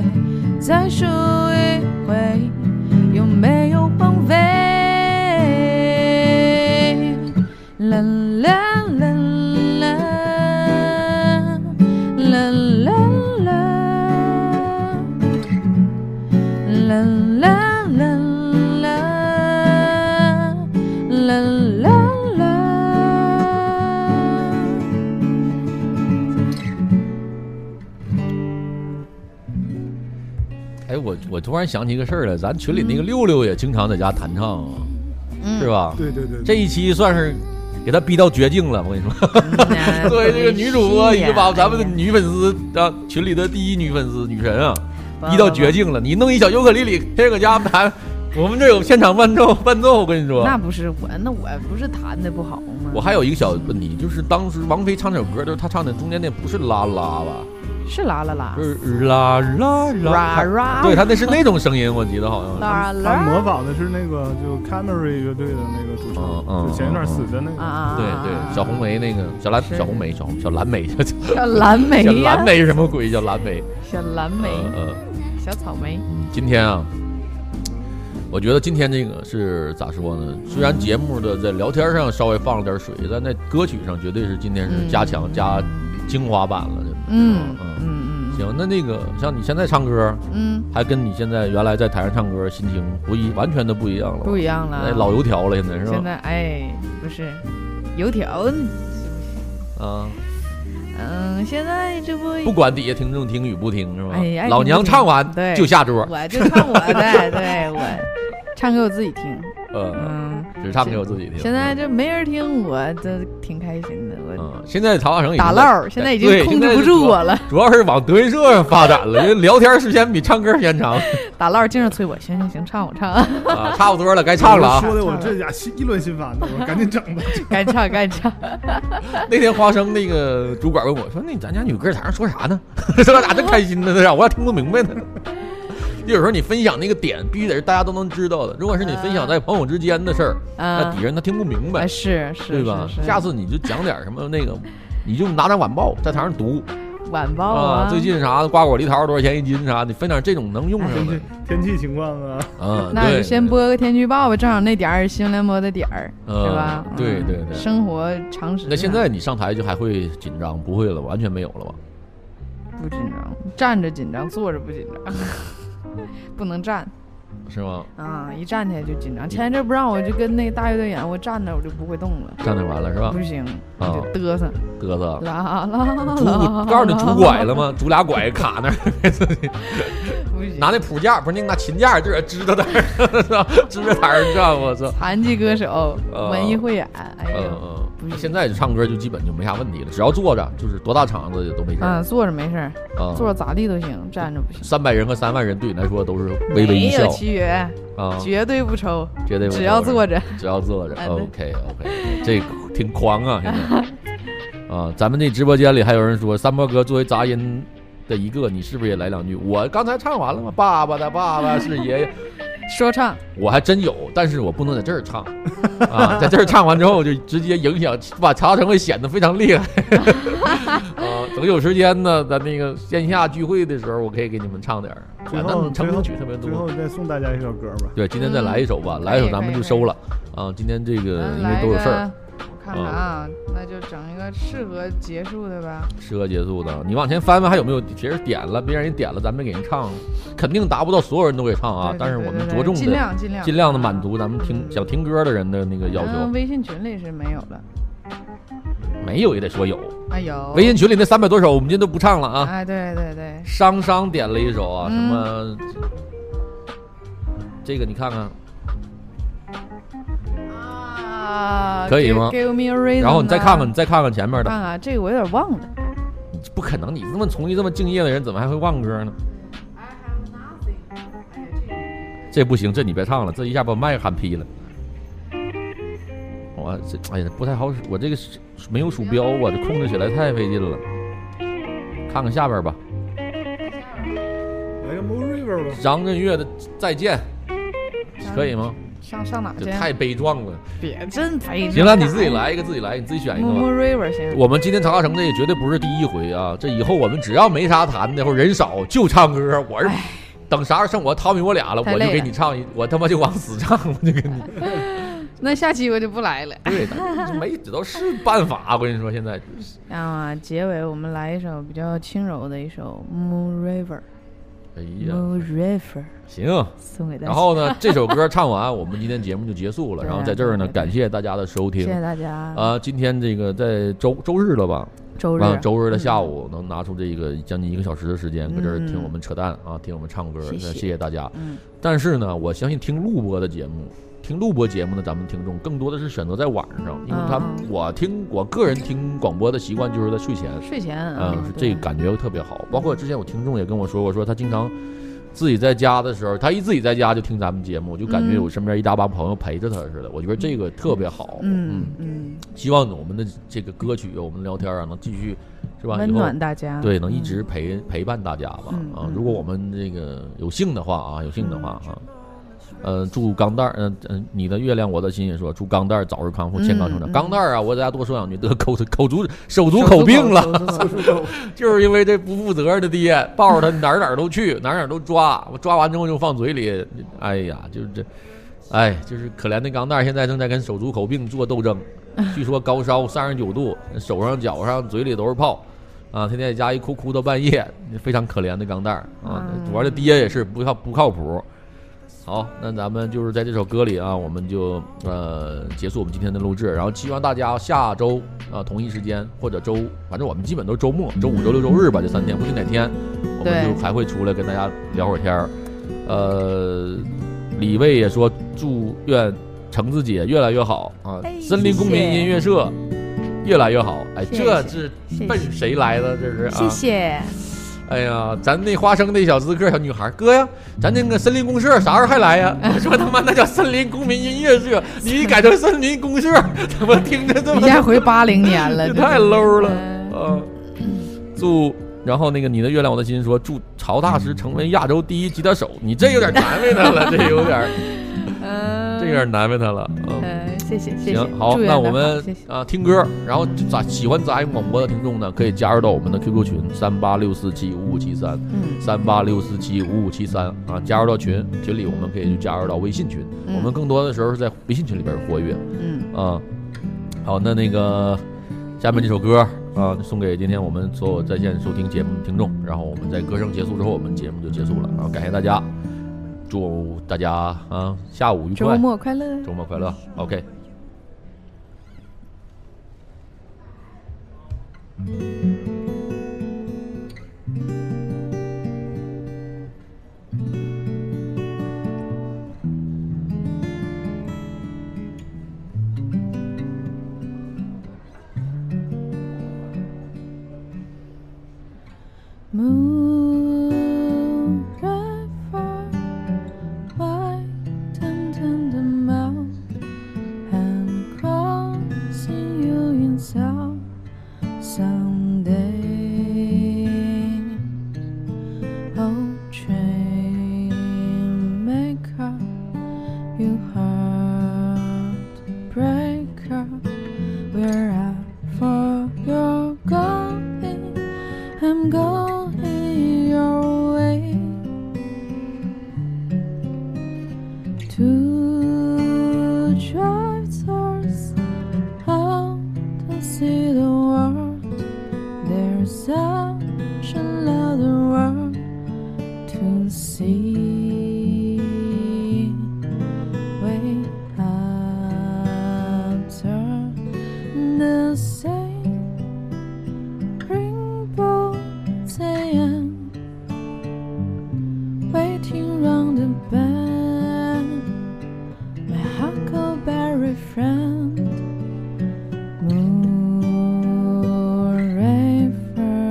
S1: 再数一回，有没有荒废？啦啦啦啦啦啦啦啦啦啦啦啦啦啦。
S2: 哎，我我突然想起一个事儿来，咱群里那个六六也经常在家弹唱，啊
S8: 嗯
S2: 是吧？
S3: 对对对，
S2: 这一期算是给她逼到绝境了，我跟你说， 作为这个女主播，
S8: 哎
S2: 已
S8: 呀
S2: 经把咱们的女粉丝啊，群里的第一女粉丝女神啊，逼到绝境了。你弄一小尤克里里，这个家弹，我们这有现场伴奏 伴奏，我跟你说。
S8: 那不是我，那我不是弹的不好吗？啊
S2: 我还有一个小问题，就是当时王菲唱这首歌，就是她唱的中间那不是啦啦吧？
S1: 是啦啦啦
S2: 就，是啦
S1: 啦
S2: 啦啦，
S1: 啦，
S2: 对他那是那种声音，我记得好像是。
S1: 啦
S3: 他模
S1: 啦，
S3: 仿的是那个就 Camry 乐队的那个主
S2: 嗯
S3: 唱，
S2: 嗯
S3: 就前一段死的那
S1: 啊
S3: 个。
S1: 啊，
S2: 对对，小红梅那个小蓝
S1: 是
S2: 小红梅小小蓝莓小
S1: 小蓝
S8: 哎
S1: 莓呀，
S2: 蓝莓是什么鬼？小蓝莓，
S1: 小蓝
S2: 呃
S1: 莓，
S2: 呃，
S1: 小草莓，
S2: 今天啊，我觉得今天这个是咋说呢？虽然节目的在聊天上稍微放了点水，但在歌曲上绝对是今天是
S1: 嗯
S2: 加强加精华版了。
S1: 嗯
S2: 嗯
S1: 嗯
S2: 行，那那个像你现在唱歌，
S1: 嗯嗯，
S2: 还跟你现在原来在台上唱歌心情不一，完全的不一样了。
S1: 不一样
S2: 那
S1: 了，
S2: 哎老油条了，现在是
S1: 现
S2: 吧？
S1: 在哎，不是油条，
S2: 啊，
S1: 嗯，现在这不
S2: 不管底下听众听与不听是吧？
S1: 哎爱
S2: 老
S1: 听不
S2: 娘
S1: 听
S2: 唱完
S1: 对
S2: 就下桌，
S1: 我就唱我 的，对我唱给我自己听，
S2: 呃，
S1: 嗯，
S2: 只唱给我自己听。
S1: 现在这没人听我，这挺开心的，我
S2: 嗯，现在曹大成已经
S1: 打
S2: 在
S1: 唠，现在已经控制不住我了。
S2: 主要是往德云社上发展 了，因为聊天时间比唱歌时间长
S1: 打唠净是催我，行行行，唱我 唱，
S2: 啊，差不多了，该唱了啊。
S3: 说的我这家心一轮心烦的，我赶紧整吧。
S1: 该唱该唱。
S2: 那天花生那个主管问我说：“那咱家女歌台上说啥呢？” 这俩真开心呢，这让我要听不明白呢。 就有时候你分享那个点，必须得是大家都能知道的。如果是你分享在朋友之间的事儿，那
S1: 啊
S2: 底下人他听不明
S1: 啊
S2: 白，
S1: 是是
S2: 对吧
S1: 是？是
S2: 下次你就讲点什么那个，你就拿张晚报在台上读
S1: 晚报
S2: 啊，最近啥瓜果梨桃多少钱一斤啥，你分享这种能用上
S1: 啊
S3: 天
S2: 的
S3: 气天气情况啊，
S2: 啊。
S1: 那
S2: 对
S1: 就先播个天气预报吧，正好那点儿新闻联播的点儿，
S2: 嗯
S1: 是吧？
S2: 对
S1: 嗯
S2: 对对
S1: 生活常识。
S2: 那现在你上台就还会紧张？不会了，完全没有了吧？
S1: 不紧张，站着紧张，坐着不紧张，不能站
S2: 是吗？
S1: 啊！一站起来就紧张。前一阵不让我就跟那个大乐队演，我站着我就不会动了，
S2: 站那完了是吧？
S1: 不行，我
S2: 啊
S1: 就嘚瑟，
S2: 嘚瑟，
S1: 啦啦啦
S2: 拄
S1: 啦。
S2: 告诉你拄拐了吗？拄俩拐卡那儿，
S1: 不行，
S2: 拿那谱架不是那拿琴架自个儿支着点儿， 支着点儿，你知道吗？我操！
S1: 残疾歌手，
S2: 啊
S1: 文艺汇演，哎
S2: 嗯
S1: 呦，
S2: 嗯
S1: 不
S2: 嗯，
S1: 是
S2: 现在唱歌就基本就没啥问题了，只要坐着就是多大场子都没事
S1: 啊，
S2: 儿
S1: 坐着没事儿，
S2: 啊。
S1: 坐着咋地都行，站着不行。
S2: 三百人和三万人对你来说都是微微一
S1: 没
S2: 笑
S1: 有契约，
S2: 啊，
S1: 绝对不抽，
S2: 绝对不
S1: 只要
S2: 愁
S1: 坐着。
S2: 只要坐着
S1: 哎对
S2: ，OK OK，这个挺狂啊，现在啊，咱们这直播间里还有人说三波哥作为杂音的一个，你是不是也来两句？我刚才唱完了吗？爸爸的爸爸是爷爷，
S1: 说唱，
S2: 我还真有，但是我不能在这儿唱啊，在这儿唱完之后就直接影响，把曹成会显得非常厉害啊。等有时间呢，咱那个线下聚会的时候，我可以给你们唱点儿。
S3: 最
S2: 反正
S3: 后
S2: 你
S3: 最
S2: 成
S3: 后
S2: 名曲特别多
S3: 最，后再送大家一首歌吧。
S2: 对，今天再来一首吧，
S1: 嗯
S2: 来一首
S1: 可以
S2: 咱
S1: 可
S2: 们
S1: 以
S2: 就
S1: 可以
S2: 收了啊。今天这个
S1: 咱嗯
S2: 因为
S3: 嗯
S1: 来
S2: 都有事儿
S1: 个，。我看看啊，那就整一个适合结束的吧。
S2: 适合结束的。你往前翻翻，还有没有别人点了？别让人点了，咱没给人唱，肯定达不到所有人都给唱啊
S1: 对。
S2: 但是
S1: 对
S2: 我
S1: 对
S2: 们
S1: 对
S2: 着重
S1: 尽
S2: 的、
S1: 量尽量
S2: 尽量的满足咱们听
S1: 嗯
S2: 想听歌的人的那个要
S1: 嗯
S2: 求。
S1: 微信群里是没有了，
S2: 没有也得说有。
S1: 啊有
S2: 微信群里那三百多首，我们今天都不唱了啊。
S1: 哎对对对，
S2: 商商点了一首啊，什
S1: 嗯
S2: 么？这个你看看，
S1: 啊
S2: 可以吗
S1: ？Give give me a reason，
S2: 然后你再
S1: 啊
S2: 看看，你再看看前面的，
S1: 看看这个我有点忘了。
S2: 不可能，你这么从艺这么敬业的人，怎么还会忘歌呢？这不行，这你别唱了，这一下把麦喊劈了。我这哎呀不太好使，我这个是没有鼠标啊，这控制起来太费劲了。看看下边吧，
S3: 来个 Moon River 吧。
S2: 张震岳的《再见》，可以吗？
S1: 上上哪儿
S2: 这
S1: 去？
S2: 太悲壮了。
S1: 别真陪。
S2: 行了，你自己。来一个，自己来，你自己选一个
S1: 木
S2: 吧
S1: 木。river 行。
S2: 我们今天长沙城这也绝对不是第一回啊！这以后我们只要没啥谈的或者人少就唱歌，我是等啥时候剩我汤米我俩了，
S1: 太
S2: 我就
S1: 累
S2: 给
S1: 了
S2: 你唱一，我他妈就往死唱，我就给你。
S1: 那下期我就不来了。
S2: 对，但是没这都是办法，我跟你说，现在
S1: 啊，结尾我们来一首比较轻柔的一首《Moon River
S2: 哎》呀，
S1: ，Moon River
S2: 行。
S1: 送给大家。
S2: 然后呢，这首歌唱完，我们今天节目就结束了。
S1: 对啊
S2: 然后在这儿呢，
S1: 对对对
S2: 感谢大家的收
S1: 谢
S2: 听
S1: 谢。大家。
S2: 啊，今天这个在周周日了吧？
S1: 周日嗯
S2: 啊，周日的下午能拿出这个将近一个小时的时间，搁这儿听我们扯淡啊，听我们唱歌，
S1: 谢谢
S2: 那谢谢大家。
S1: 嗯，
S2: 但是呢，我相信听录播的节目，听录播节目的咱们听众更多的是选择在晚上，因为他
S1: 嗯嗯
S2: 我听我个人听广播的习惯就是在睡前，
S1: 睡前啊
S2: 嗯，，是
S1: 对
S2: 这个感觉特别好。包括之前有听众也跟我说过，说他经常自己在家的时候，他一自己在家就听咱们节目，就感
S1: 嗯
S2: 觉有身边一大帮朋友陪着他似的。我觉得这个特别好。
S1: 嗯嗯，
S2: 希望我们的这个歌曲，我们聊天啊，能继续是吧？
S6: 温
S2: 以后
S6: 暖大家，
S2: 对，能一
S6: 嗯
S2: 直陪陪伴大家吧
S6: 嗯
S2: 啊
S6: 嗯！
S2: 如果我们这个有幸的话啊，有幸的话啊，呃，祝钢蛋儿，嗯、嗯、你的月亮我的心也说，祝钢蛋儿早日康复，健康成长。
S6: 嗯嗯
S2: 钢蛋儿啊，我在家多说两句，得 口口足手足
S6: 手
S2: 口病了，
S6: 手足口
S2: 就是因为这不负责任的爹抱着他哪儿哪儿都去，哪儿哪儿都抓，我抓完之后就放嘴里，哎呀，就是这，哎，就是可怜的钢蛋儿现在正在跟手足口病做斗 争，据说高烧三十九度，手上脚上嘴里都是泡，啊，天天在家一哭哭到半夜，非常可怜的钢蛋儿啊，
S6: 嗯
S2: 主要这爹也是不靠不靠谱。好，那咱们就是在这首歌里啊，我们就呃结束我们今天的录制，然后希望大家下周啊、同一时间或者周，反正我们基本都是周末，周五、周六、周日吧，这三天，不定哪天，我们
S6: 对
S2: 就还会出来跟大家聊会儿天儿。呃，李卫也说祝愿橙子姐越来越好啊，
S9: 哎
S2: 森林公民
S9: 谢谢
S2: 音乐社越来越好。哎，
S9: 谢谢
S2: 这是
S9: 谢
S2: 奔
S9: 谢
S2: 谁来的？这是啊。
S9: 谢谢，
S2: 哎呀，咱那花生那小资客小女孩，哥呀，咱那个森林公社啥时候还 来呀？我说他妈那叫森林公民音乐社，你一改成森林公社， 怎么听着这
S6: 一
S2: 么
S6: 下回八零 年了，这
S2: 太 low 了？
S6: 嗯
S2: 啊！祝，然后那个你的月亮我的心说祝曹大师成为亚洲第一吉他手，你这有点难为他了，这有点
S9: 嗯，
S2: 这有点难为他了。嗯，
S9: 嗯，谢谢谢谢，
S2: 行，好，
S9: 祝愿
S2: 那
S9: 他
S2: 我们
S9: 谢谢，
S2: 啊听歌，然后咋喜欢杂音广播的听众呢，可以加入到我们的 QQ 群三八六四七五五七三。
S6: 嗯
S2: 三八六四七五五七三啊，加入到群群里，我们可以去加入到微信群，
S6: 嗯
S2: 我们更多的时候是在微信群里边活跃
S6: 嗯，
S2: 啊。好，那那个下面这首歌啊，送给今天我们所有在线收听节目的听众。然后我们在歌声结束之后，我们节目就结束了。然啊后感谢大家，祝大家啊下午愉
S9: 周
S2: 快，
S9: 末快乐。
S2: 周末快乐。OK。
S1: Moon river, white and tender mouth, and crossing you in south someday. Oh, train maker, you heartbreaker, we're out for your going. I'm going your way to drive towards out to see the world. There's such another world to see. Way after the same rainbow saying waiting round the bend my huckleberry friend moon river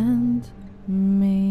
S1: and me